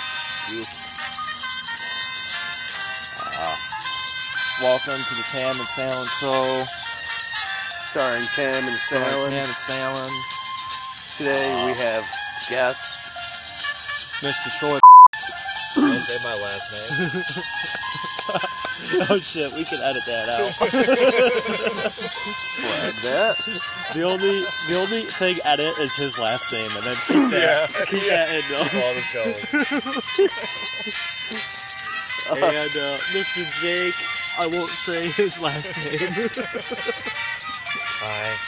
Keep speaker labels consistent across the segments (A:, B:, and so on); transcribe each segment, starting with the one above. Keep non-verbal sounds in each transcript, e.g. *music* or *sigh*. A: Beautiful. Wow. Welcome to the Tam and Salem Show.
B: Starring Tam
A: Tam
B: and Stalin.
A: and Salem.
B: Today we have guests.
A: Mr. Troy.
C: Don't say my last
B: *laughs*
C: name.
A: *laughs* oh shit, we can edit that out.
B: Flag that.
A: the only the only thing edit is his last name, and then keep that, keep that in though.
C: All the
B: *laughs*
C: going.
A: and uh, Mr. Jake, I won't say his last name.
C: Hi.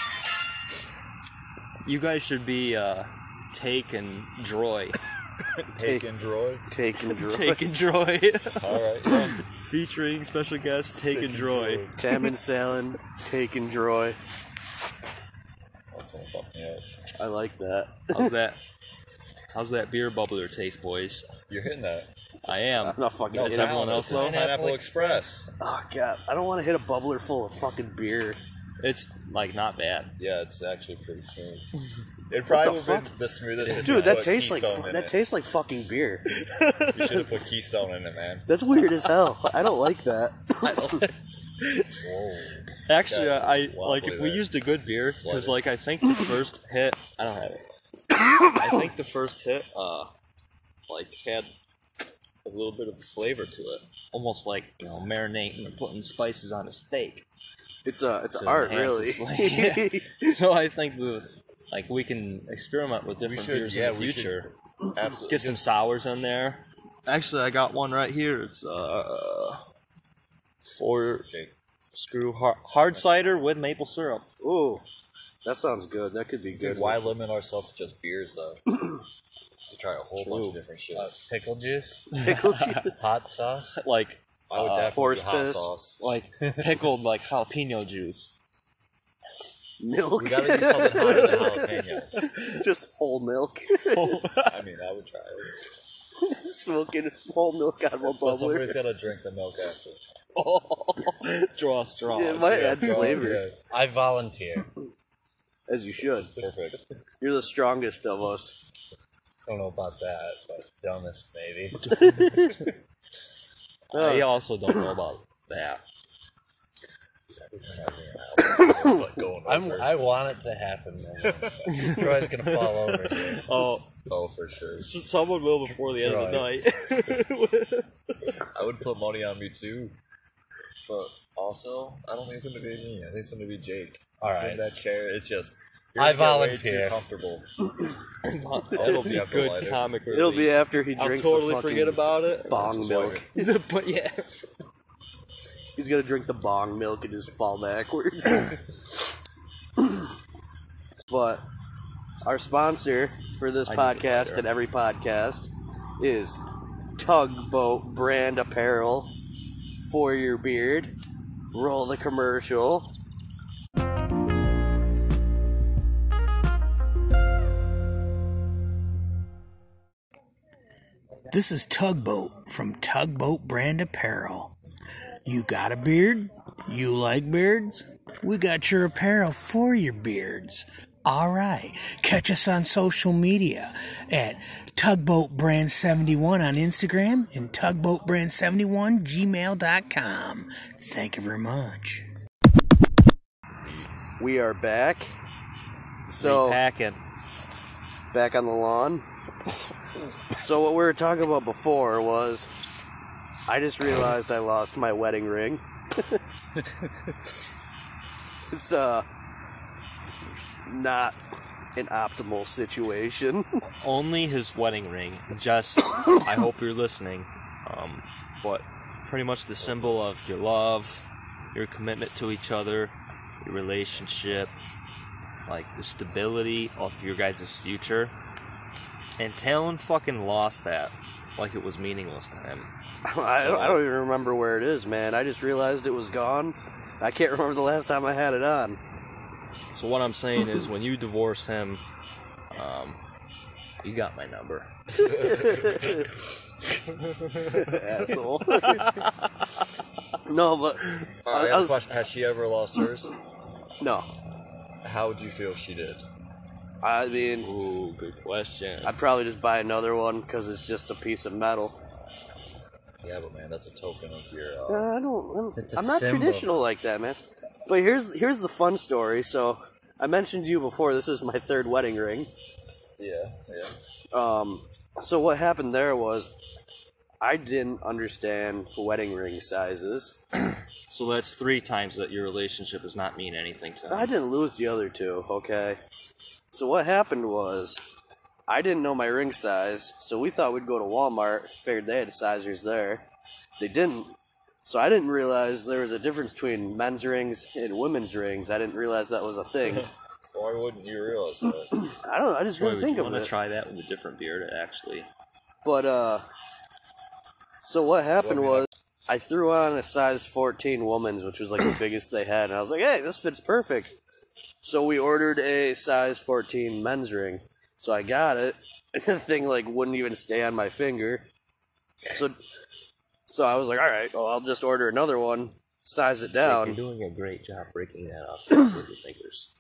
A: you guys should be uh, Take and Droy.
C: Take and Droid.
B: Take and draw.
A: Take and Droy.
C: Alright. Yeah.
A: Featuring special guest Take, and Droy.
B: Tam and Stalin. Take and draw.
C: That's gonna fuck me up.
B: I like that. *laughs*
A: How's that? How's that beer bubbler taste, boys?
C: You're hitting that.
A: I am.
B: I'm not fucking
A: No,
B: hitting
A: it's everyone
C: Alan,
A: else
C: this is
A: though?
C: Pineapple Express.
B: Oh god, I don't want to hit a bubbler full of fucking beer.
A: It's like not bad.
C: Yeah, it's actually pretty
B: *laughs*
C: smooth. It probably would
B: the
C: have been the smoothest. if you
B: Dude, that
C: put
B: tastes like
C: Keystone in
B: that
C: it.
B: tastes like fucking beer. *laughs*
C: You should have put Keystone in it, man.
B: That's weird as hell. I don't like that.
C: *laughs* Whoa.
A: Actually,
C: Yeah,
A: I, I
C: wobbly
A: like if we
C: there.
A: used a good beer because
C: Wasn't.
A: like I think the first hit I don't have it. I think the first hit uh like had a little bit of a flavor to it, almost like you know marinating and putting spices on a steak.
B: *laughs*
A: *laughs*
B: It's a it's
A: To
B: art
A: enhance
B: really.
A: its
C: *laughs*
A: flavor. So I think the like we can experiment with different
C: We should,
A: beers
C: yeah,
A: in the
C: we
A: future.
C: should. Absolutely.
A: Get some sours in there. Actually, I got one right here. It's uh four
C: Jake.
A: screw hard, hard cider with maple syrup.
B: Ooh, *laughs* that sounds good. That could be good.
C: Dude, why limit ourselves to just
B: *laughs*
C: beers though? We try a whole bunch of different shit. pickle juice,
B: pickle juice?
C: *laughs* hot sauce.
A: Like
C: I would
A: Uh,
C: definitely
B: horse
C: do hot
B: piss.
C: sauce.
A: like pickled like jalapeno juice.
B: *laughs* milk?
C: *laughs* We gotta do something hotter than jalapenos.
B: *laughs* Just whole milk. *laughs*
C: I mean, I would try it.
B: Smoking whole milk out of a
C: But somebody's
B: bubbler.
C: gotta drink the milk after.
A: Draw straws.
B: It might add
C: Yeah,
B: flavor,
C: yeah. I volunteer.
B: as you should.
C: Perfect. I
B: You're the strongest of us.
C: don't know about that, but dumbest *laughs* maybe.
A: They also don't know about that.
C: I'm, I want it to happen. *laughs* Troy's gonna fall over. Here.
A: Oh,
C: Oh, for sure.
A: someone will before the end of the night.
C: I would put money on me too, but also I don't think it's gonna be me. I think it's gonna be Jake. All right, in that chair, it's just you're
D: I
C: gonna get way
D: volunteer.
C: Too comfortable.
A: *laughs* It'll be
C: Yeah, but
A: good
C: later.
A: comic relief.
B: It'll be after he
A: I'll
B: drinks the
A: totally
B: fucking
A: forget about it.
B: bong milk.
A: *laughs* but yeah,
B: He's gonna drink the bong milk and just fall
A: *laughs*
B: backwards. *coughs* but our sponsor for this
A: I need a
B: podcast
A: lighter.
B: and every podcast is Tugboat Brand Apparel for your beard. Roll the commercial.
D: This is Tugboat from Tugboat Brand Apparel. You got a beard? You like beards? We got your apparel for your beards. All right. Catch us on social media at Tugboat Brand 71 on Instagram and Tugboat Brand 71 gmail.com. Thank you very much.
B: We are back. So
A: packing.
B: back on the lawn. so what we were talking about before was I just realized I lost my wedding ring. *laughs* it's uh not an optimal situation. *laughs*
A: Only his wedding ring. Just, I hope you're listening. Um, but pretty much the symbol of your love, your commitment to each other, your relationship, like the stability of your guys' future. And Talon fucking lost that, like it was meaningless to him.
B: I, don't, I don't even remember where it is, man. I just realized it was gone. I can't remember the last time I had it on.
A: So what I'm saying is, when you divorce him, um, you got my number.
B: Asshole. *laughs* no, but
C: All right, I
B: I
C: have a
B: was-
C: question. Has she ever lost hers?
B: no.
C: How would you feel if she did?
B: I mean,
A: Ooh, good question.
B: I'd probably just buy another one because it's just a piece of metal.
C: Yeah, but man, that's a token of your. Uh,
B: Uh, I don't. I
E: It's
B: don't
E: a
B: I'm not
E: symbol.
B: traditional like that, man. But here's here's the fun story. So I mentioned to you before. This is my third wedding ring.
C: yeah, yeah.
B: Um, so what happened there was I didn't understand wedding ring sizes.
A: So that's three times that your relationship does not mean anything to him.
B: I didn't lose the other two, okay? So what happened was I didn't know my ring size, so we thought we'd go to Walmart, figured they had sizers there. They didn't. So I didn't realize there was a difference between men's rings and women's rings. I didn't realize that was a thing.
C: Why wouldn't you realize that?
B: I don't know, I just
A: Boy,
B: didn't
A: would
B: think
A: you
B: of
A: want to
B: it.
A: try that with a different beard, actually?
B: But uh so what happened
C: What
B: was I threw on a size 14 woman's, which was like the biggest they had, and I was like, "Hey, this fits perfect." So we ordered a size 14 men's ring. So I got it, *laughs* and the thing like wouldn't even stay on my finger. So so I was like, "All right, well, I'll just order another one, size it down."
A: doing a great job breaking that
C: *coughs*
A: up with the fingers.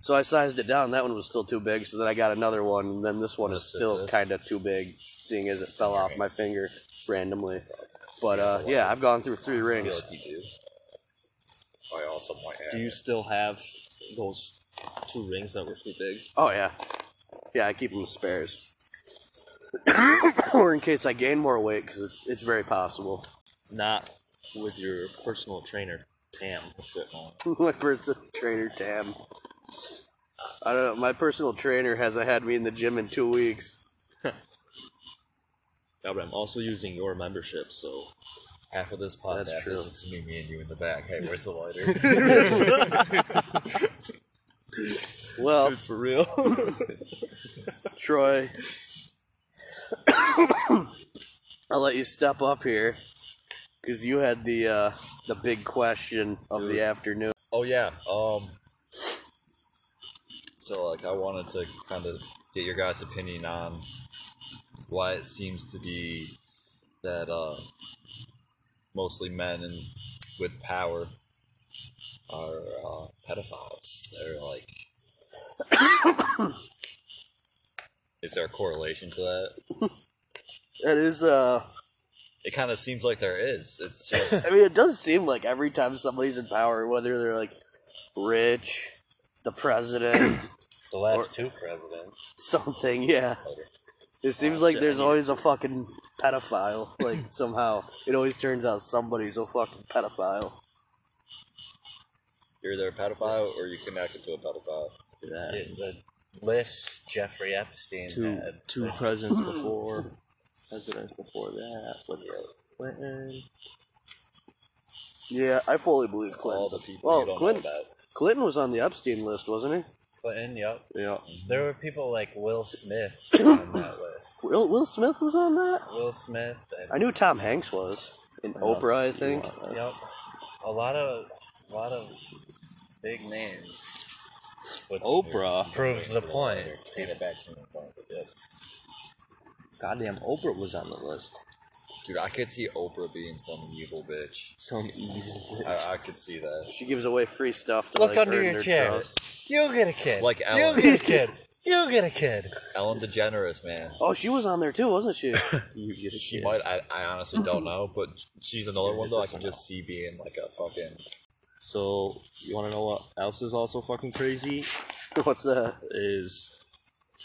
B: So I sized it down. That one was still too big, so then I got another one, and then this one is
C: Let's do
B: still
C: this.
B: kind of too big, seeing as it fell off my finger randomly. But uh, yeah, I've gone through three
C: I feel
B: rings.
C: like you do. I also might have.
A: Do you
C: it.
A: still have those two rings that were too big?
B: Oh yeah, yeah, I keep them as spares, *coughs* or in case I gain more weight, because it's it's very possible. *laughs*
A: Not with your personal trainer, Tam.
B: my personal trainer Tam. I don't know. My personal trainer hasn't had me in the gym in two weeks.
A: Yeah, but I'm also using your membership, so
B: *laughs*
C: Half of this podcast
B: That's true.
C: is just me, me and you in the back. Hey, where's
B: *laughs*
C: the lighter?
B: Well,
A: for real.
B: Troy, *coughs* I'll let you step up here because you had the uh, the big question of the afternoon.
C: oh yeah. Um. So like, I wanted to kind of get your guys' opinion on why it seems to be that uh, mostly men and with power are uh, pedophiles. They're like. *coughs* Is there a correlation to that?
B: That is, uh,
C: It kind of seems like there is. It's just
B: I mean, it does seem like every time somebody's in power, whether they're like rich, the president,
E: *coughs* The last two presidents. Oh,
B: something, yeah. It seems like there's always a fucking pedophile. Like somehow, it always turns out somebody's a fucking pedophile.
C: you're either a pedophile or you connect it to a pedophile.
A: yeah.
E: The, the list Jeffrey Epstein
A: Two
E: had.
A: two
B: *laughs*
A: presidents before, presidents before that with Clinton.
B: Yeah, I fully believe Clinton.
C: All the people
B: well,
C: you don't
B: Clinton,
C: know about.
B: Clinton was on the Epstein list, wasn't he?
E: Clinton, yep.
A: Yeah.
E: There were people like
C: *coughs*
E: Will Smith on that list.
B: Will, Will Smith was on that?
E: Will Smith and
B: I knew Tom Hanks was. And Oprah, I think.
E: Yep. A lot of a lot of big names.
C: But
A: Oprah.
E: Proves the point.
C: Hand it back to me. Yep.
A: Goddamn, Oprah was on the list.
C: Dude, I could see Oprah being some evil bitch.
A: Some evil.
C: I, I could see that.
B: She gives away free stuff to
E: Look
B: like,
E: under
B: earn
E: your
B: their
E: chair.
B: trust.
E: You'll get a kid. *laughs*
C: Like
E: You'll
C: Ellen.
E: get a kid. You'll get a kid.
C: Ellen DeGeneres, man.
B: Oh, she was on there too,
A: *laughs*
B: wasn't she?
A: *laughs* You get a
C: She
A: shit.
C: might. I, I
B: *laughs*
C: honestly don't know, but she's another one though. I can just see being like a fucking.
A: So you want to know what else is also fucking crazy?
B: What's that?
A: Is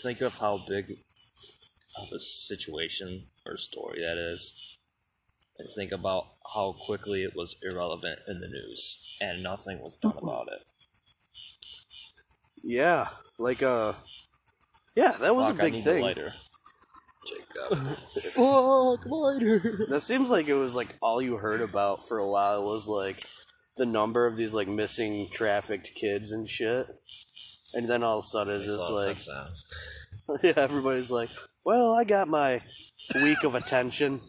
A: think of how big of a situation or story that is, and think about how quickly it was irrelevant in the news and nothing was done about it.
B: Yeah, like uh, yeah, that was
A: Fuck,
B: a
A: I
B: big
A: need
B: thing.
A: a lighter.
C: Jacob.
B: That seems like it was like all you heard about for a while was like the number of these like missing trafficked kids and shit. And then all of a sudden, it's just like Yeah, everybody's like, *laughs* well, I got my week of attention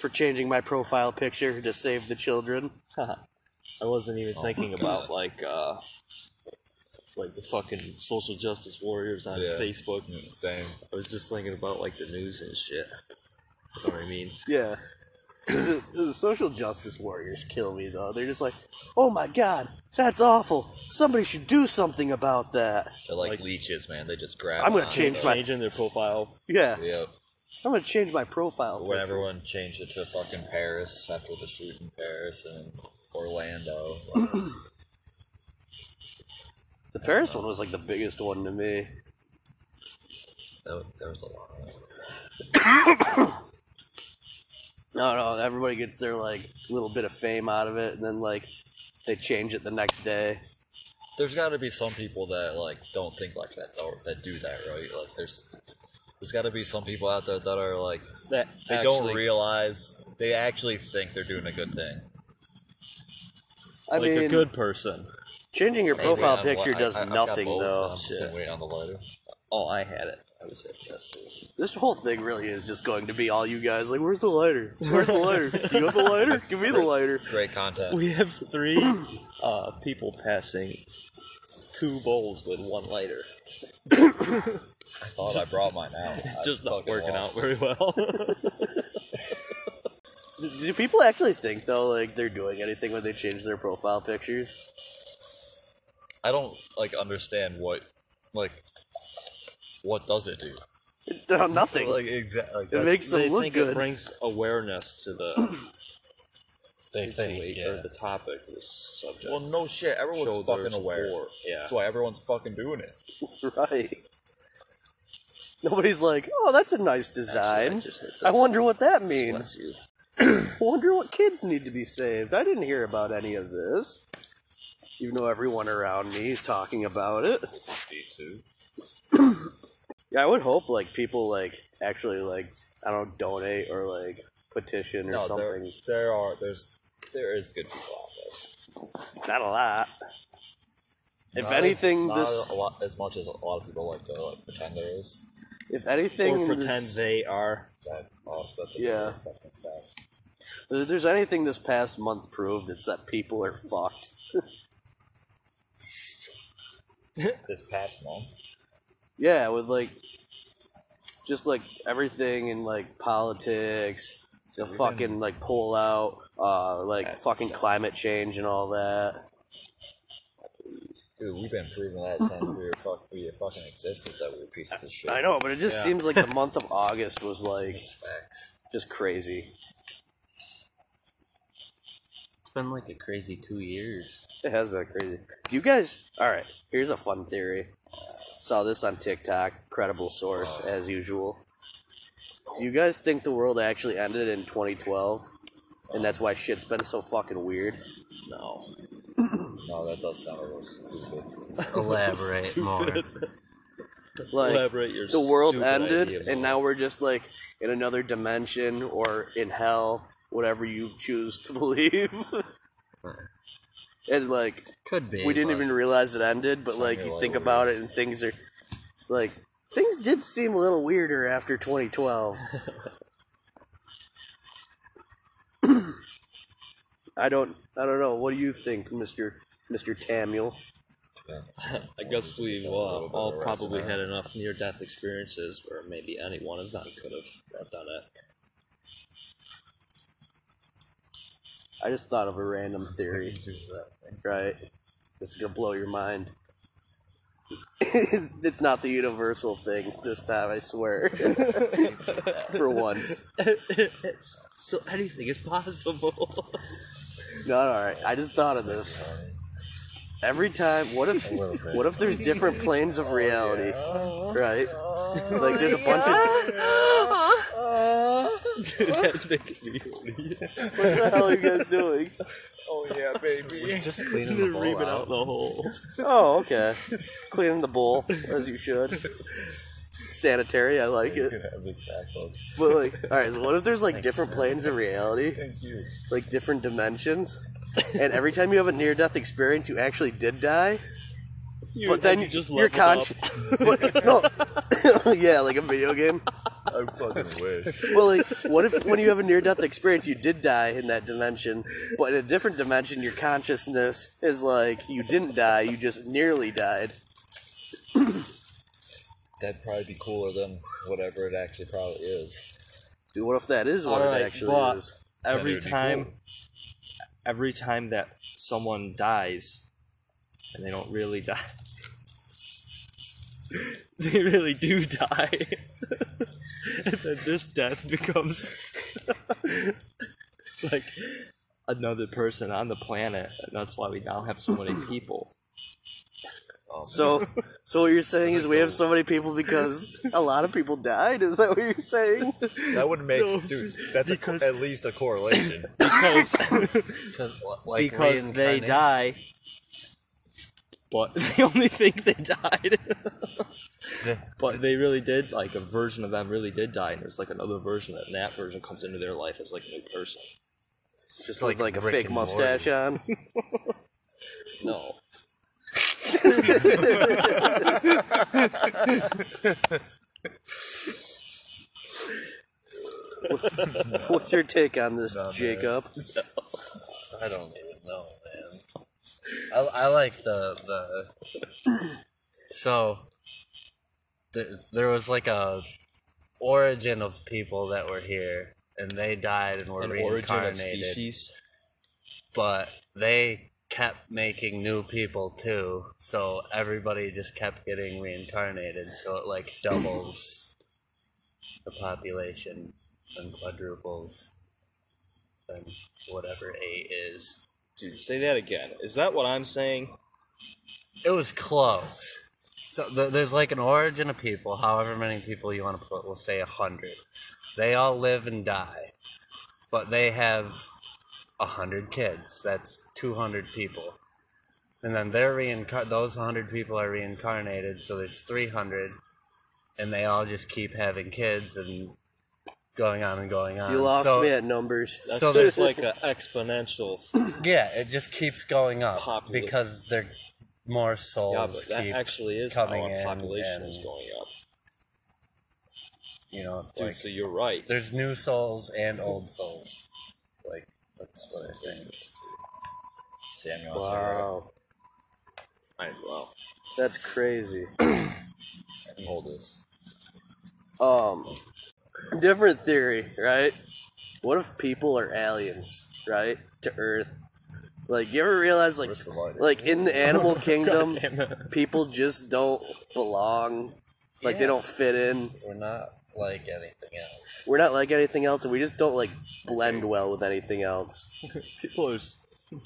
B: for changing my profile picture to save the children.
A: I wasn't even thinking
C: God.
A: about like uh like the fucking social justice warriors on
C: Yeah. Mm,
A: Facebook.
C: Same.
A: I was just thinking about like the news and shit. You know what I mean?
B: Yeah. 'Cause it- The social justice warriors kill me, though. They're just like, oh my god, that's awful. Somebody should do something about that.
C: They're like,
A: Like-
C: leeches, man. They just grab.
B: I'm gonna
C: on.
B: change my.
A: Changing their profile
B: Yeah.
C: Yep.
B: I'm gonna change my profile.
C: When everyone changed it to fucking Paris after the shoot in Paris and Orlando.
B: *clears throat* The Paris one was like the biggest one to me.
C: that, wa- there was a lot of
B: No, no, everybody gets their like little bit of fame out of it, and then like they change it the next day.
C: There's got to be some people that like don't think like that though, that do that right. Like there's there's got to be some people out there that are like
B: That
C: they don't
B: actually-
C: realize they actually think they're doing a good thing.
B: I
A: like
B: mean,
A: a good person.
B: changing your
C: Hey, wait,
B: profile
C: I'm-
B: picture
C: I-
B: does
C: I- I've got
B: nothing
C: both,
B: though.
C: I'm just gonna
A: Shit.
C: wait on the lighter.
A: Oh, I had it. I was hit yes, too.
B: This whole thing really is just going to be all you guys like, "Where's the lighter? Where's the
C: *laughs*
B: lighter? Do you have the lighter? Give me the lighter."
C: Great content.
A: We have
B: *clears throat*
A: three uh, people passing two bowls with one lighter.
C: I thought I brought mine out.
B: *laughs*
C: I
A: Just not
C: fucking
A: working
C: lost
A: out very *laughs* well.
B: Do people actually think though, like they're doing anything when they change their profile pictures?
C: it. I don't like understand what like what does it do?
B: No, nothing.
C: Like exactly. Like,
B: it
C: that's-
B: makes
A: they
B: them look
A: think it
B: good.
A: brings awareness to the
E: *clears throat* They
A: situation or the topic, the subject.
C: well, no shit. Everyone's
A: Shoulders
C: fucking aware.
A: or- yeah.
C: That's why everyone's fucking doing it.
B: *laughs* Right. Nobody's like, oh, that's a nice design.
A: just hit
B: I
A: this.
B: wonder what that
A: Bless
B: means.
A: you.
B: wonder what kids need to be saved. I didn't hear about any of this. Even though everyone around me is talking about it.
C: Me too.
B: Yeah, I would hope like people like actually like I don't donate or like petition or
C: No, there,
B: something.
C: there are there's there is good people out
B: Not a lot.
C: there.
B: If
C: Not as-
B: anything,
C: not
B: this
C: a lot as much as a lot of people like to like, pretend there is.
B: if anything
A: Or pretend
B: this-
A: they are.
C: That, oh, that's a
B: Yeah.
C: fucking fact.
B: If there's anything this past month proved, it's that people are fucked.
C: This past month,
B: Yeah, with like just like everything in like politics, the fucking like pull out, uh like fucking climate change and all that.
C: dude, we've been proving that since we were fuck we fucking existed that we were pieces of shit.
B: I know, but it just
A: Yeah.
B: seems
A: *laughs*
B: like the month of August was like
C: Facts.
B: just crazy.
E: It's been like a crazy two years.
B: It has been crazy. Do you guys? All right, here's a fun theory. Saw this on TikTok, credible source
E: Uh.
B: as usual. Do you guys think the world actually ended in 2012, and that's why shit's been so fucking weird?
C: No. no, that does sound a little stupid.
E: *laughs* Elaborate more.
B: Like
A: Elaborate your
B: the world
A: stupid
B: ended,
A: idea
B: and
A: more.
B: now we're just like in another dimension or in hell, whatever you choose to *laughs* believe. and like
E: Could be.
B: we didn't
E: but
B: even realize it ended, but like
C: Sounded
B: you
C: like
B: think
C: weird.
B: about it and things are like things did seem a little weirder after
A: *laughs*
B: 2012. I don't I don't know. What do you think, Mr. Mr. Tamuel?
A: I guess we've uh,
C: little bit
A: all
C: of
A: probably
C: resume.
A: had enough near-death experiences where maybe any one of them could have done it.
B: I just thought of a random theory. right. This is going to blow your mind. *laughs* it's, it's not the universal thing this time, I swear. *laughs* For once.
A: so anything is *laughs* possible.
B: No, all right. I just thought of this. Every time, what if, what if there's different planes of reality, right? Like there's a bunch of.
A: Dude, that's making
B: *laughs*
A: me
B: *laughs* What the hell are you guys doing?
C: Oh yeah, baby. *laughs*
E: Just cleaning the
A: they're
E: bowl
A: reaming out
E: out.
A: the hole.
B: Oh, okay. Cleaning the bowl as you should. Sanitary, I like
C: you
B: it.
C: can *laughs* have this backlog.
B: But like, all right. So what if there's like different planes of reality,
C: Thank you.
B: like different dimensions, and every time you have a near-death experience, you actually did die, but then
A: you just
B: you're
A: level
B: conscious.
A: up.
B: no. *laughs* yeah, like a video game.
C: I
E: *laughs*
C: fucking wish.
B: Well, like, what if when you have a near death experience, you did die in that dimension, but in a different dimension, your consciousness is like you didn't die, you just nearly died.
C: That'd probably be cooler than whatever it actually probably is.
B: Dude, what if that is what
A: All
B: it
A: right,
B: actually
A: but-
B: is?
A: Every
C: would be
A: time,
C: cool.
A: every time that someone dies, and they don't really *laughs* die, they really do die. and *laughs* then this death becomes *laughs* like another person on the planet, and that's why we now have so many people.
B: So, so what you're saying is we have so many people because a lot of people died. Is that what you're saying?
C: That would make
A: No,
C: dude. That's a co-
A: because-
C: at least a correlation.
A: Because,
E: *laughs* Because like
A: because they
E: reincarnation-
A: die, but *laughs* they only think they *laughs* died. but they really did, like a version of them really did die, and there's like another version, and that version comes into their life as like a new person.
B: Just
E: like
B: with like a
E: Rick
B: fake
E: and
B: mustache on. *laughs*
A: No.
B: What's your take on this,
C: man.
B: Jacob?
E: I don't even know, man. I, I like the the. So, th- there was like a origin of people that were here, and they died and were
A: An origin of
E: reincarnated.
A: species.
E: but they kept making new people too, so everybody just kept getting reincarnated, so it like doubles the population and quadruples and whatever eight is.
A: Dude, say that again. Is that what I'm saying? *laughs*
E: It was close. So th- there's like an origin of people, however many people you want to put, we'll say a hundred. They all live and die, but they have a hundred kids. That's two hundred people, and then they're reincar. Those hundred people are reincarnated, so there's three hundred, and they all just keep having kids and going on and going on.
B: You lost
E: so,
B: me at numbers.
A: That's
E: So
A: just like
E: there's- *laughs*
A: an exponential. *laughs*
E: Yeah, it just keeps going up
A: Populate.
E: because they're more
A: Yeah,
E: souls
A: but that
E: keep
A: actually is how
E: coming
A: our
E: in
A: population
E: and-
A: is going up.
E: you know,
A: Dude,
E: like,
A: so you're *laughs* right.
E: there's new souls and old souls. Like that's what I think.
C: Samuel.
B: Wow,
C: I, wow.
B: that's crazy.
C: I can hold this.
B: Um, different theory, right? What if people are aliens, right, to Earth? Like, you ever realize, like,
C: Where's the lighter?
B: like
E: *laughs*
B: in the animal kingdom,
A: damn it.
B: people just don't belong. Like, they
E: Yeah.
B: don't fit in.
E: We're not like anything else.
B: We're not like anything else, and we just don't like blend well with anything else.
A: *laughs* People are s-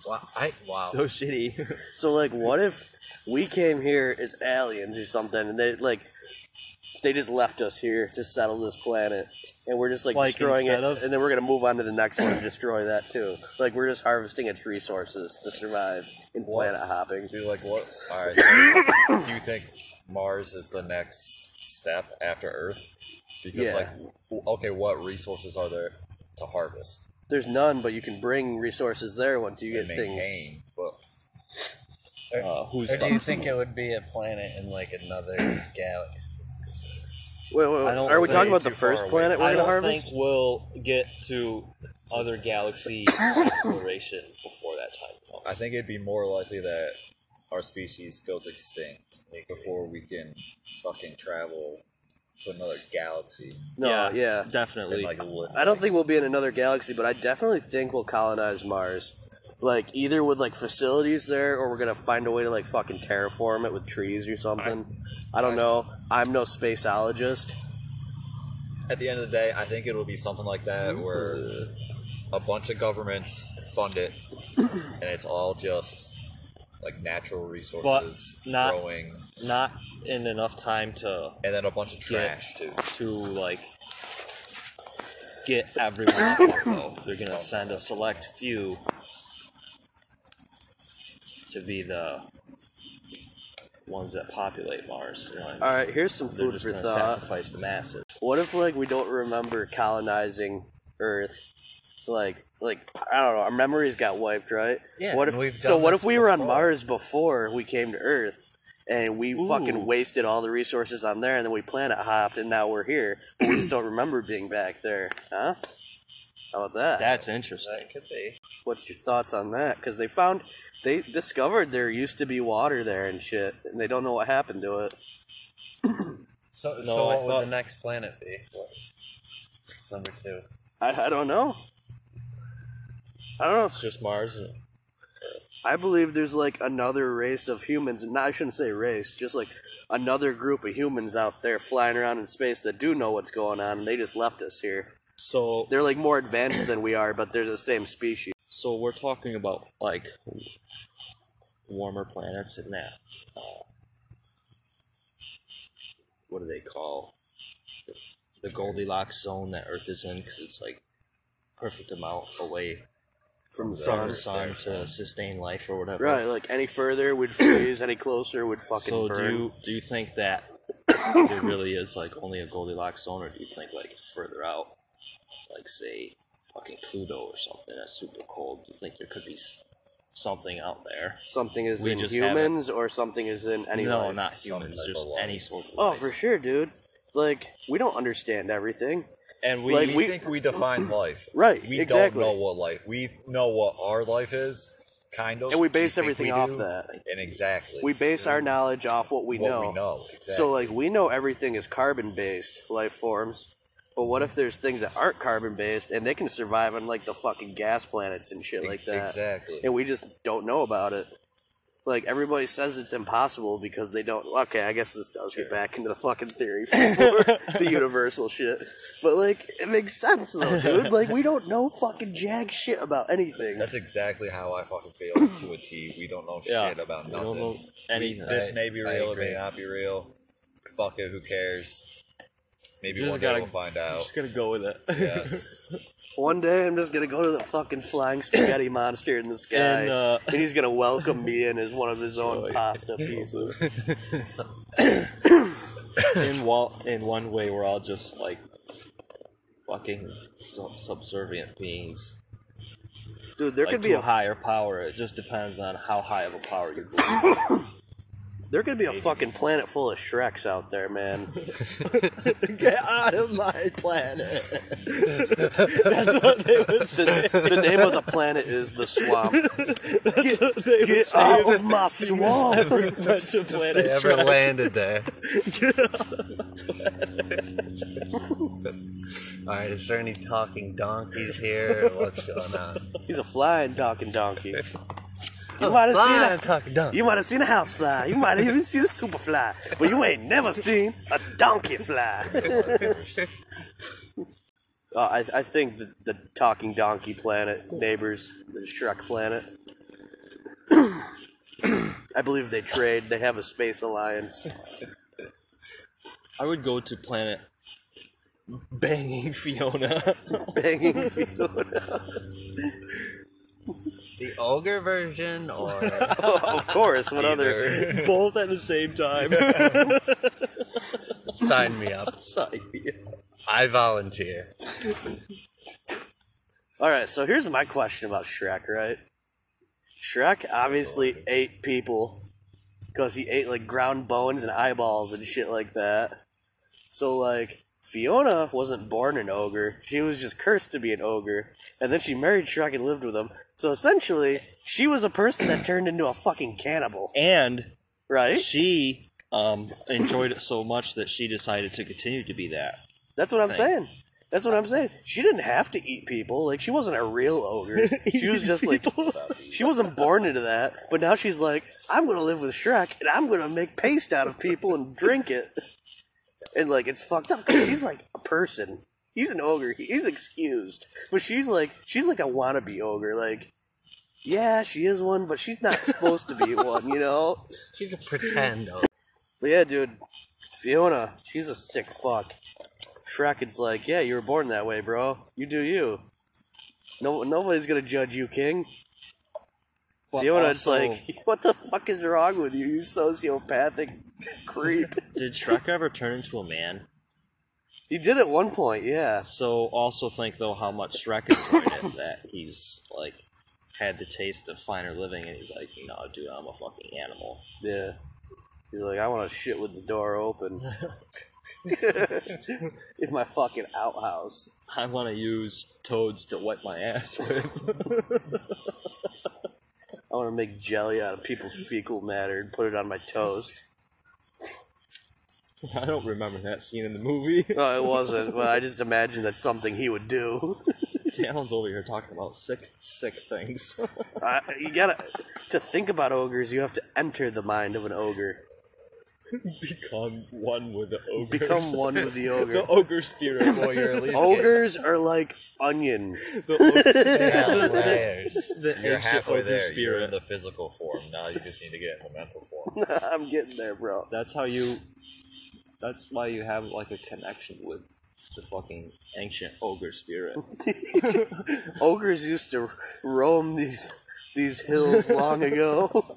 E: Wow, I, wow.
A: so shitty.
B: So, like, what if we came here as aliens or something, and they like they just left us here to settle this planet, and we're just like,
A: Like,
B: destroying it,
A: instead of-
B: and then we're gonna move on to the next one and destroy that too. Like, we're just harvesting its resources to survive in planet hopping.
C: Dude, like what? All right. So *coughs* do you think Mars is the next step after Earth? Because
B: Yeah.
C: like, w- okay, what resources are there to harvest
B: There's none, but you can bring resources there once you get
C: and maintain?
B: things.
C: But
A: *laughs* Uh, who's
E: Or do you
A: the-
E: think it would be a planet in like another galaxy?
B: Wait, wait, wait.
A: I don't
B: are we
A: think
B: talking about the
A: too far
B: first
A: away.
B: planet
A: I
B: we're
A: don't
B: gonna harvest?
A: think we'll get to other galaxy *coughs* exploration before that time comes.
C: I think it'd be more likely that our species goes extinct before we can fucking travel to another galaxy.
B: No, yeah.
A: definitely.
C: And, like, li-
B: I don't think we'll be in another galaxy, but I definitely think we'll colonize Mars. Like either with like facilities there, or we're gonna find a way to like fucking terraform it with trees or something. I, don't know. I'm no spaceologist.
C: at the end of the day, I think it'll be something like that where a bunch of governments fund it, and it's all just like natural resources
A: not-
C: growing,
A: Not in enough time to
C: and then a bunch of trash too.
A: to like get everyone up there, though. They're gonna send a select few to be the ones that populate Mars. You know what I mean?
B: All right, here's some
A: They're
B: food
A: just
B: for
A: gonna
B: thought.
A: sacrifice the masses.
B: What if like we don't remember colonizing Earth? Like like I don't know. Our memories got wiped, right?
E: Yeah,
B: What if
E: and we've
B: so?
E: done
B: What
E: this
B: if we were on
E: before.
B: Mars before we came to Earth? And we
A: Ooh.
B: fucking wasted all the resources on there, and then we planet hopped, and now we're here. But we just don't remember being back there, huh? How about that?
A: That's interesting.
E: That could be.
B: What's your thoughts on that? Because they found, they discovered there used to be water there and shit, and they don't know what happened to it.
E: So,
A: No,
E: so
A: I
E: what would
A: thought-
E: the next planet be? What? It's number two.
B: I, I don't know. I don't know.
A: It's just Mars and
B: I believe there's like another race of humans. No, I shouldn't say race, just like another group of humans out there flying around in space that do know what's going on, and they just left us here.
A: So
B: They're like more advanced than we are, but they're the same species.
A: so we're talking about like warmer planets and that. Uh, what do they call the, the Goldilocks zone that Earth is in? Because it's like perfect amount away
B: From the
A: from the
C: sun.
A: sun to sustain life or whatever.
B: Right, like any further would freeze, any closer would fucking
A: So do
B: burn.
A: you do you think that
B: *coughs*
A: there really is like only a Goldilocks zone, or do you think like further out, like say fucking Pluto or something that's super cold? Do you think there could be s- something out there?
B: something is
A: We
B: in
A: just
B: humans or something is in any
A: no,
B: life.
A: not
C: some
A: humans,
C: type
A: just
C: of life.
A: any sort of.
B: Oh,
A: life.
B: for sure, dude. Like we don't understand everything.
A: and we
B: like,
C: we,
B: we-
C: think we define life.
B: Right,
C: We
B: exactly.
C: don't know what life. We know what our life is, kind of.
B: And we base
C: think
B: everything
C: we
B: off
C: do,
B: that.
C: And exactly.
B: We base our knowledge off what we
C: what
B: know.
C: we know. Exactly.
B: So like we know everything is carbon based life forms. But what if there's things that aren't carbon based and they can survive on like the fucking gas planets and shit
C: E-
B: like that?
C: exactly.
B: And we just don't know about it. Like everybody says it's impossible because they don't okay, I guess this does get back into the fucking theory for
C: *laughs*
B: the universal shit. But like it makes sense though, dude. Like we don't know fucking jack shit about anything.
C: That's exactly how I fucking
E: *coughs*
C: feel to a T. We don't know
A: Yeah,
C: shit about
A: we
C: nothing.
A: don't know
C: We-
A: anything.
C: this
A: I-
C: may be
A: I
C: real, it may
A: agree.
C: not be real. Fuck it, who cares? Maybe
A: You just
C: one day
A: gotta-
C: we'll find
A: I'm
C: out.
A: just gonna go with it.
C: Yeah.
B: One day I'm just gonna go to the fucking flying *coughs* spaghetti monster in the sky,
A: And,
B: and, Oh,
A: uh,
B: he's gonna welcome me in as one of his own pasta *laughs* pieces.
A: *laughs* in wa- in one way, we're all just like fucking sub- subservient beings.
B: Dude, there
A: Like
B: could
A: to
B: be
A: a
B: a
A: higher power. It just depends on how high of a power you
B: *coughs*
A: believe.
B: there could be a fucking planet full of Shreks out there, *laughs* man.
A: Get out of my
B: *laughs*
A: planet.
B: the, the name of the planet is the *laughs* Swamp. Get, get out of my swamp!
A: Bunch of planet
E: They ever
A: *laughs*
E: landed there. *laughs* Alright, is there any talking donkeys here? What's going on?
B: He's a flying talking *laughs* donkey. You might have seen
E: Fine, talking
B: a,
E: donkey.
B: you might have seen a house fly. You might have even seen a superfly, but you ain't never seen a donkey *laughs* fly. Uh, I, I think the, the talking donkey planet neighbors the Shrek planet. *clears throat* I believe they trade. They have a space alliance. *laughs*
A: I would go to planet banging *laughs* Fiona.
B: Banging Fiona.
E: The ogre version or
B: of course. What other?
C: Either.
A: Both at the same
B: *laughs*
A: time.
C: *laughs*
E: sign me up. I volunteer.
B: All right. So here's my question about Shrek. Right? Shrek obviously ate people because he ate like ground bones and eyeballs and shit like that. So like Fiona wasn't born an ogre. She was just cursed to be an ogre. And then she married Shrek and lived with him. So essentially, she was a person that turned into a fucking cannibal,
A: and
B: right?
A: she um, enjoyed it so much that she decided to continue to be that.
B: That's what I'm saying. That's what I'm saying. She didn't have to eat people. Like she wasn't a real ogre. She was just like she wasn't born into that. But now she's like, I'm gonna live with Shrek and I'm gonna make paste out of people and drink it. And like it's fucked up. 'cause She's like a person. He's an ogre. He's excused. But she's like she's like a wannabe ogre. Like yeah, she is one, but she's not supposed to
E: *laughs*
B: be one. You know.
E: She's a pretend ogre.
B: But yeah, dude, Fiona, she's a sick fuck. Shrek, it's like, yeah, you were born that way, bro. You do you. No, nobody's gonna judge you, King.
A: But
B: Fiona, it's
A: also,
B: like, *laughs* what the fuck is wrong with you, you sociopathic creep?
A: did Shrek ever turn into a man?
B: he did at one point, yeah.
A: So also think though how much Shrek
C: *coughs*
A: enjoyed it that he's like had the taste of finer living and he's like, no, dude, I'm a fucking animal.
B: Yeah. He's like, I want to shit with the door open. *laughs* In my fucking outhouse.
A: I want to use toads to wipe my ass *laughs* with.
B: I want to make jelly out of people's fecal matter and put it on my toast.
A: I don't remember that scene in the movie. *laughs*
B: No, it wasn't. But I just imagined that's something he would do. *laughs*
A: Talon's over here talking about sick, sick things. *laughs*
B: Uh, you gotta to think about ogres. You have to enter the mind of an ogre.
A: Become one with the ogre. *laughs*
B: Become one with the ogre.
A: ogre spirit.
C: Well, you're *laughs* at least
B: Ogres are like onions. *laughs*
C: *laughs*
E: Layers.
A: the
C: You're
A: ancient
C: halfway
A: ogre
C: there. You're in
A: spirit.
C: the physical form. Now you just need to get in the mental form.
B: I'm getting there, bro.
A: That's how you. That's why you have like a connection with the fucking ancient ogre spirit.
B: Ogres used to roam these these hills long ago,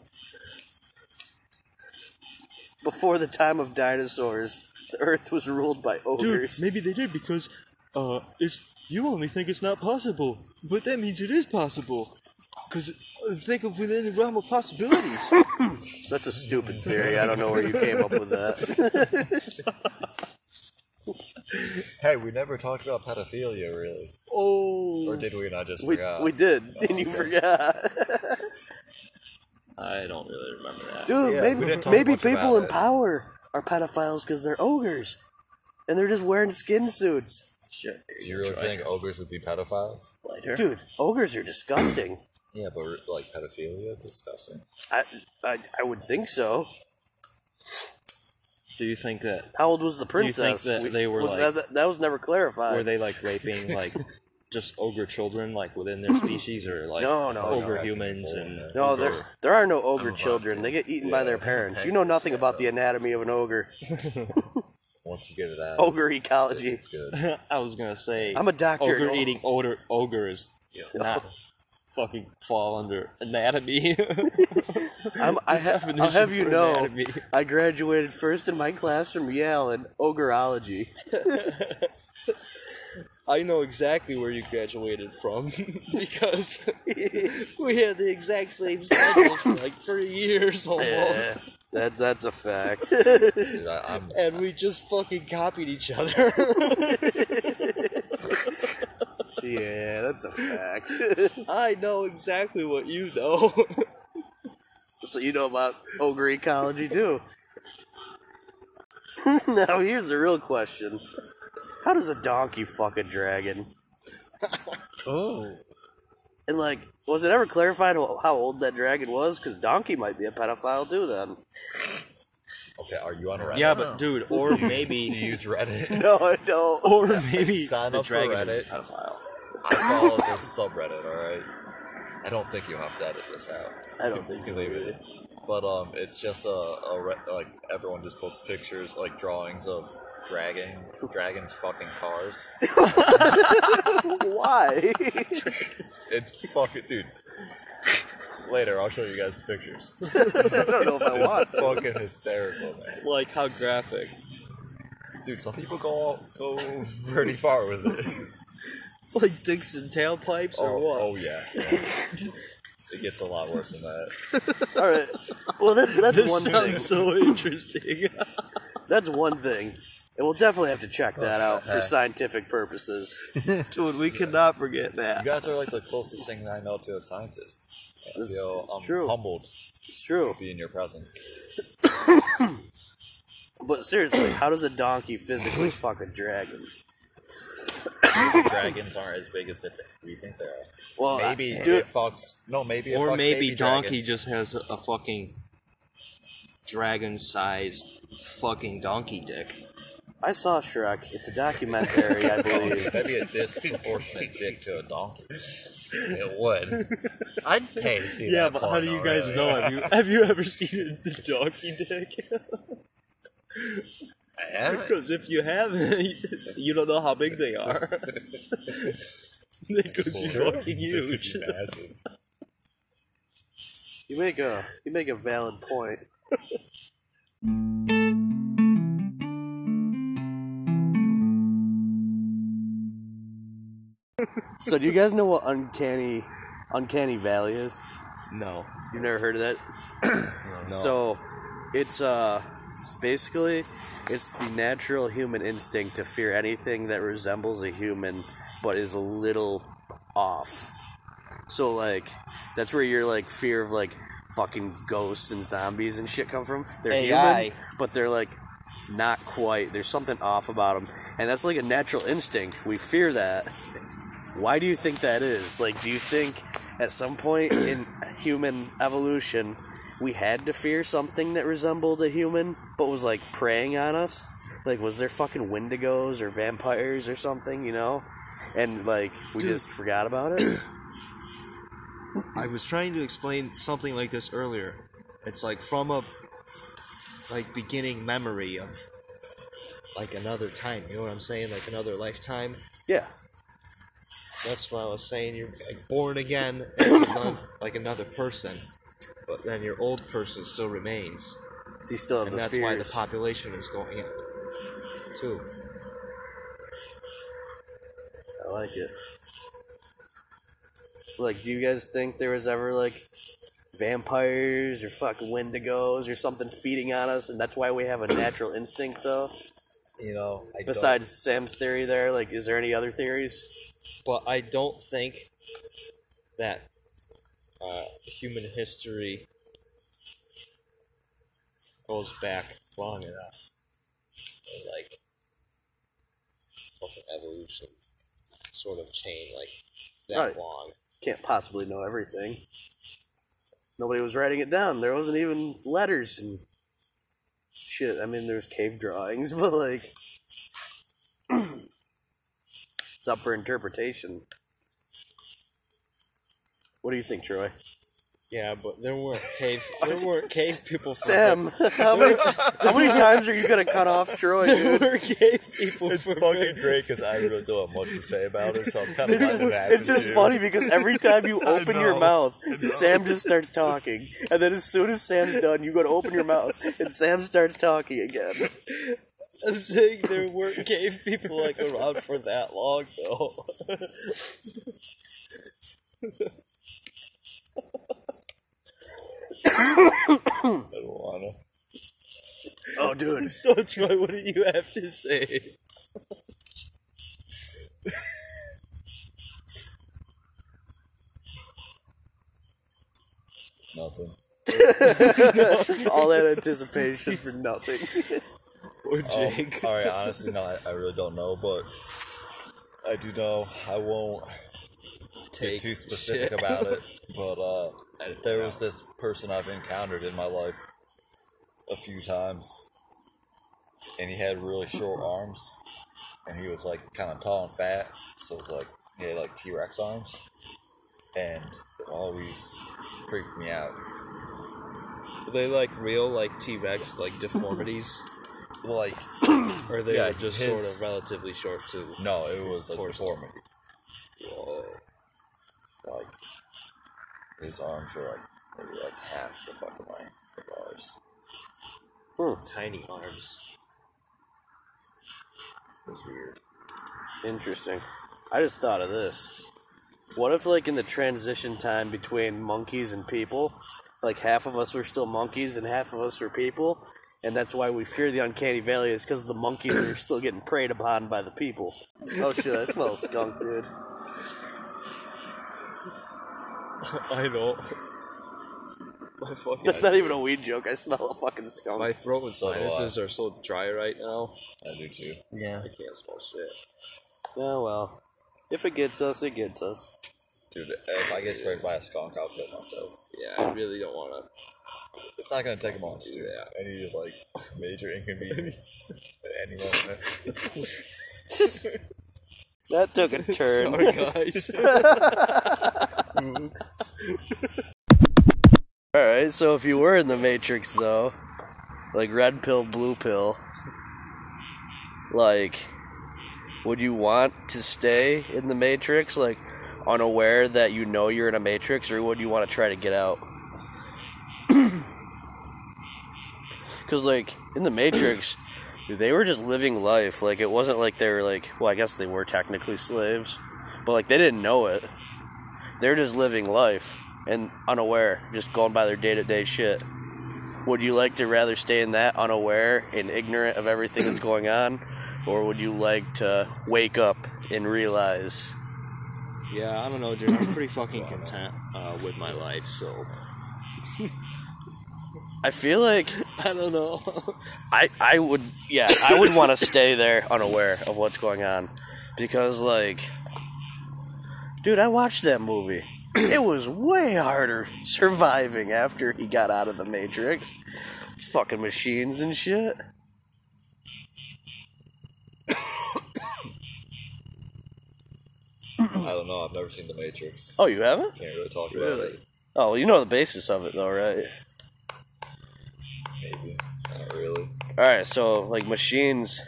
B: before the time of dinosaurs. The Earth was ruled by ogres.
A: maybe they did because uh, it's you only think it's not possible, but that means it is possible. Because think of within the realm of possibilities.
B: That's a stupid theory. I don't know where you came up with
C: *laughs*
B: that.
C: Hey, we never talked about pedophilia, really.
A: oh,
C: Or did we? And I just
B: We,
C: forgot.
B: we did, *laughs* and you forgot.
A: I don't really remember that.
B: Dude,
C: Yeah, we
B: maybe
C: didn't talk
B: maybe
C: much about
B: people in
C: it.
B: power are pedophiles because they're ogres, and they're just wearing skin suits.
A: Shit,
C: Do you really think ogres would be pedophiles?
B: Dude, ogres are disgusting.
C: Yeah, but like pedophilia, disgusting.
B: *clears throat* I, I I would think so.
A: Do you think that
B: How old was the
A: you think
B: princess?
A: that
B: We-
A: they were,
B: was
A: like-
B: that, that was never clarified.
A: were they like raping like just ogre children like within their species or like
B: No, no,
A: ogre
C: no.
A: humans and
B: no, there there are no ogre children. They get eaten by their
A: *laughs*
B: parents. You know nothing about the anatomy of an ogre. *laughs*
C: Once you get it out,
B: Ogre ecology.
C: it's good.
A: I was gonna say
B: I'm a doctor.
A: Ogre eating odor ogres
C: Yeah.
A: not fucking fall under anatomy. *laughs*
B: I'm, I ha- I'll
A: Definition
B: have you
A: for
B: know,
A: anatomy.
B: I graduated first in my class from Yale in ogreology.
A: I know exactly where you graduated from *laughs* because *laughs* we had the exact same schedules for like three *laughs* years almost,
B: *laughs* That's that's
A: *laughs*
B: a fact.
C: Dude, I, I'm
A: and we just fucking copied each other. *laughs*
B: yeah, that's a fact. *laughs*
A: I know exactly what you know. *laughs*
B: so you know about ogre ecology too. *laughs* now here's the real question: How does a donkey fuck a dragon?
E: Oh.
B: And like, was it ever clarified wh- how old that dragon was? Because donkey might be a pedophile too. Then
C: okay. Are you on *laughs* Reddit?
A: yeah, but dude, or
C: Do
A: maybe,
C: you use *laughs* Reddit?
B: no, I don't.
A: or *laughs* maybe
C: Sign
A: the
C: up for
A: dragon is a
C: Reddit.
A: pedophile.
C: I follow this subreddit. All right. I don't think you have to edit this out.
B: I don't think
A: *laughs*
C: You
B: so.
C: can leave it. But um, it's just a, a re- like everyone just posts pictures, like drawings of dragon, dragons fucking cars.
B: Why? *laughs*
C: It's fucking dude. Later, I'll show you guys the pictures.
B: I don't know if I want.
C: fucking hysterical, man.
A: Like how graphic.
C: Dude, some people go go pretty far with it.
A: Like Dixon tailpipes or
C: Oh,
A: what?
C: oh yeah. It gets a lot worse than that.
B: All right. Well, that, that's
A: this
B: one
A: sounds
B: thing.
A: *laughs* so interesting.
B: That's one thing. And we'll definitely have to check that
A: Oh,
B: out for scientific purposes.
A: *laughs* Dude, we cannot forget
C: You
A: that.
C: guys are like the closest thing I know to a scientist. I
B: That's-
C: feel
B: that's
C: I'm
B: true.
C: humbled
B: It's true.
C: to be in your presence.
B: But seriously, how does a donkey physically fuck a dragon?
C: Maybe dragons aren't as big as they th- we think they are.
B: Well, I-
C: Maybe
B: dude,
C: it fucks. No, maybe it
A: or
C: fucks
A: maybe
C: baby
A: Donkey
C: dragons.
A: just has a fucking dragon-sized fucking donkey dick.
B: I saw Shrek. It's a documentary, I
C: *laughs*
B: believe.
C: That'd be a disproportionate dick to a donkey.
E: It would. I'd pay to see that porno, really.
A: know? Have you *laughs* have you ever seen a donkey dick?
E: I haven't.
A: Because if you haven't, *laughs* you don't know how big they are. *laughs* they could
C: *laughs*
A: be fucking huge.
C: Massive.
B: *laughs* You make a you make a valid point. so, do you guys know what uncanny uncanny valley is?
A: No.
B: You've never heard of that? *clears throat* So it's uh basically it's the natural human instinct to fear anything that resembles a human but is a little off. So like that's where your like fear of like fucking ghosts and zombies and shit come from. They're
A: AI.
B: human, but they're like not quite. There's something off about them, and that's like a natural instinct. We fear that. Why do you think that is? Like, do you think at some
A: *coughs*
B: point in human evolution we had to fear something that resembled a human but was like preying on us? Like, was there fucking wendigos or vampires or something, you know? And like, we just forgot about it?
A: *coughs* I was trying to explain something like this earlier. It's like from a like beginning memory of like another time. You know what I'm saying? Like another lifetime.
B: yeah.
A: That's what I was saying. You're like born again, and you love like another person, but then your old person still remains,
B: So you still have
A: and
B: the
A: that's
B: fears.
A: why the population is going up too.
B: I like it. Like, do you guys think there was ever like vampires or fucking wendigos or something feeding on us, and that's why we have a natural instinct, though?
C: You know, I don't-
B: Besides Sam's theory, there, like, is there any other theories?
A: but I don't think that uh, human history goes back long enough. And, like fucking evolution sort of chain like that
B: Right.
A: long.
B: Can't possibly know everything. Nobody was writing it down. There wasn't even letters and shit. I mean, there's cave drawings, *laughs* but like, *clears throat* it's up for interpretation. What do you think, Troy?
A: Yeah, but there weren't cave *laughs* there *laughs* weren't cave people. For,
B: Sam, *laughs* how many, how many times are you gonna cut off Troy,
A: there
B: dude?
A: were cave people.
C: It's
A: for-
C: fucking great because I really don't have much to say about it, so I'm kind of
B: It's
C: glad
B: just,
C: it happened
B: it's just
C: to you.
B: funny because every time
C: *laughs*
B: you open your
C: know.
B: mouth, Sam just starts talking, and then as soon as Sam's done, you go to open your mouth, and Sam starts talking again.
A: I'm saying there weren't cave people *laughs* like around for that long though.
B: *laughs*
C: I don't wanna.
B: Oh, dude,
A: *laughs* So Troy, what do you have to say? *laughs*
C: Nothing.
B: all that anticipation for nothing.
A: Or
C: Um,
A: Jake?
C: all right, honestly, no, I, I really don't know, but I do know I won't
A: Take
C: get too specific about it. But uh, there was this person I've encountered in my life a few times, and he had really short arms, and he was like kind of tall and fat, so it was like he had like T Rex arms, and it always creeped me out.
A: Are they like real, like T Rex, like deformities,
C: Like,
A: or are they
C: Yeah,
A: were just
C: his-
A: sort of relatively short too?
C: no, it was a
A: Torso.
C: deformity. like his arms were like maybe like half the fucking length of ours.
A: Hmm. Tiny arms.
C: It was weird.
B: Interesting. I just thought of this. What if, like, in the transition time between monkeys and people, like, half of us were still monkeys and half of us were people, and that's why we fear the uncanny valley is because the monkeys are still getting preyed upon by the people. *laughs* Oh shit, I smell a skunk, dude.
A: *laughs* I know. My fucking
B: That's not even a weed joke. I smell a fucking skunk.
A: my throat and
C: do I.
A: sinuses are so dry right now.
C: I do too.
A: Yeah, I can't smell shit.
B: Oh well. If it gets us, it gets us.
C: Dude, if I get sprayed by a skunk, I'll kill myself.
A: Yeah, I really don't want to.
C: It's not gonna take much, dude.
A: Yeah.
C: Any like
A: *laughs*
C: major inconvenience at any moment.
B: That took a turn.
A: Sorry, guys.
B: *laughs* All right, so if you were in the Matrix though, like red pill, blue pill, like would you want to stay in the Matrix like unaware that you know you're in a Matrix or would you want to try to get out? Cuz like in the Matrix, they were just living life. Like it wasn't like they were like, well, I guess they were technically slaves, but like they didn't know it they're just living life and unaware, just going by their day to day shit. Would you like to rather stay in that unaware and ignorant of everything that's going on, or would you like to wake up and realize?
A: yeah, I don't know, dude. I'm pretty fucking content uh, with my life, so
B: I feel like
A: I don't know.
B: I, I would yeah I *laughs* would want to stay there unaware of what's going on because like Dude, I watched that *clears throat* movie. it was way harder surviving after he got out of the Matrix. Fucking machines and shit.
C: I don't know. I've never seen The Matrix.
B: Oh, you haven't?
C: Can't really talk about
B: Really?
C: it.
B: Oh, you know the basis of it though, right?
C: Maybe. Not really.
B: All right, so like machines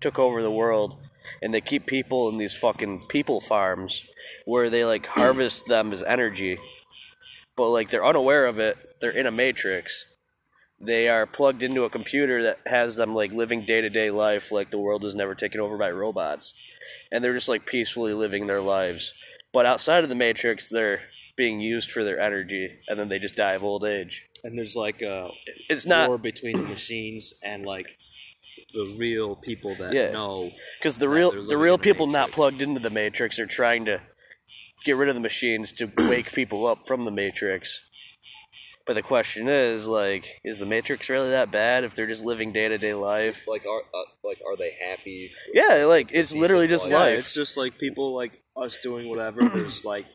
B: took over the world, and they keep people in these fucking people farms where they like harvest them as energy, but like they're unaware of it. They're in a matrix. They are plugged into a computer that has them like living day to day life like the world is never taken over by robots, and they're just like peacefully living their lives. But outside of the matrix, they're being used for their energy, and then they just die of old age.
A: *laughs* And there's like a
B: It's not-
A: war between the machines and like the real people that
B: Yeah.
A: know.
B: Because the
A: Yeah,
B: real
A: they're
B: the
A: living
B: real
A: in the
B: people not
A: Matrix.
B: plugged into the Matrix are trying to get rid of the machines to wake people up from the Matrix. But the question is, like, is the Matrix really that bad if they're just living day to day life?
C: Like are uh, like are they happy?
B: Yeah, like it's
C: decent
B: literally just
C: life.
A: Yeah,
B: life.
A: it's just like people like us doing
B: *clears throat*
A: whatever. there's like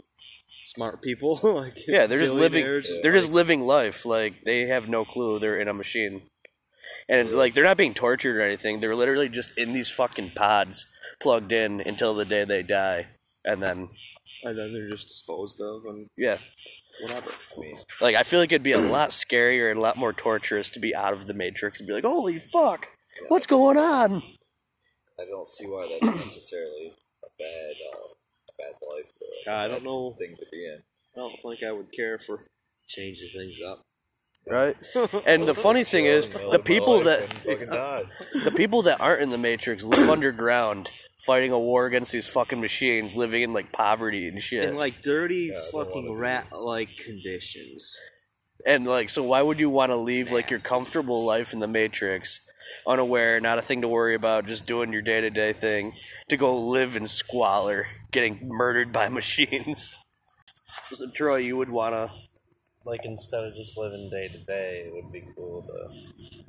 A: smart people. *laughs* like
B: Yeah, they're just living.
A: billionaires,
B: They're
A: like-
B: just living life. Like they have no clue they're in a machine, and like they're not being tortured or anything. They're literally just in these fucking pods, plugged in until the day they die, and then
A: and then they're just disposed of and
B: yeah,
A: whatever. I mean,
B: Like I feel like it'd be a lot scarier and a lot more torturous to be out of the Matrix and be like, "Holy fuck, what's going on?"
C: I don't see why
E: *clears throat*
C: that's necessarily a bad uh, bad life. uh,
A: I don't
C: that's
A: know.
C: the thing to be in.
A: I don't think I would care for changing things up.
B: Right. And the funny thing is, the people that
C: fucking died.
B: the people that aren't in the Matrix live underground, fighting a war against these fucking machines, living in like poverty and shit.
A: In like dirty
C: Yeah, I don't wanna
A: fucking
C: be-
A: rat like conditions.
B: And like, so why would you want to leave like your
A: Nasty.
B: comfortable life in the Matrix, unaware, not a thing to worry about, just doing your day to day thing, to go live in squalor, getting murdered by *laughs* machines? So Troy, you would want to.
E: Like instead of just living day to day, it would be cool to.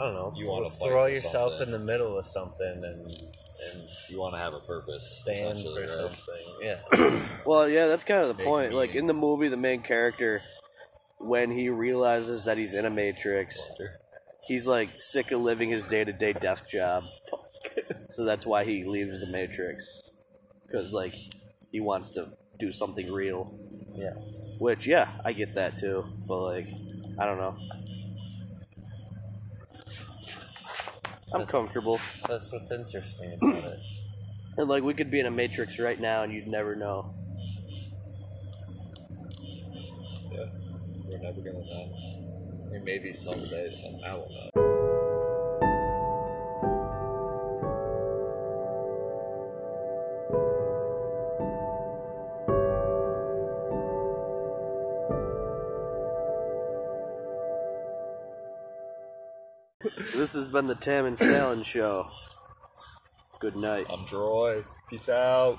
E: I don't know.
C: You wanna fight
E: throw
C: for
E: yourself
C: something.
E: in the middle of something and and
C: You want to have a purpose,
E: stand
C: essentially,
E: for
C: right?
E: something. Yeah.
B: Well, yeah, that's kind of the
C: Big
B: point. Like
C: meaning.
B: in the movie, the main character, when he realizes that he's in a Matrix, he's like sick of living his day to day desk job. *laughs* so that's why he leaves the Matrix, because like he wants to do something real.
E: Yeah.
B: Which, yeah, I get that too. But, like, I don't know. I'm comfortable.
E: That's what's interesting about it.
B: And, like, we could be in a matrix right now and you'd never know.
C: Yeah. We're never gonna know. I mean, maybe someday, somehow we'll know.
B: This has been the Tam and Stalin Show. Good night.
C: I'm Droid. Peace out.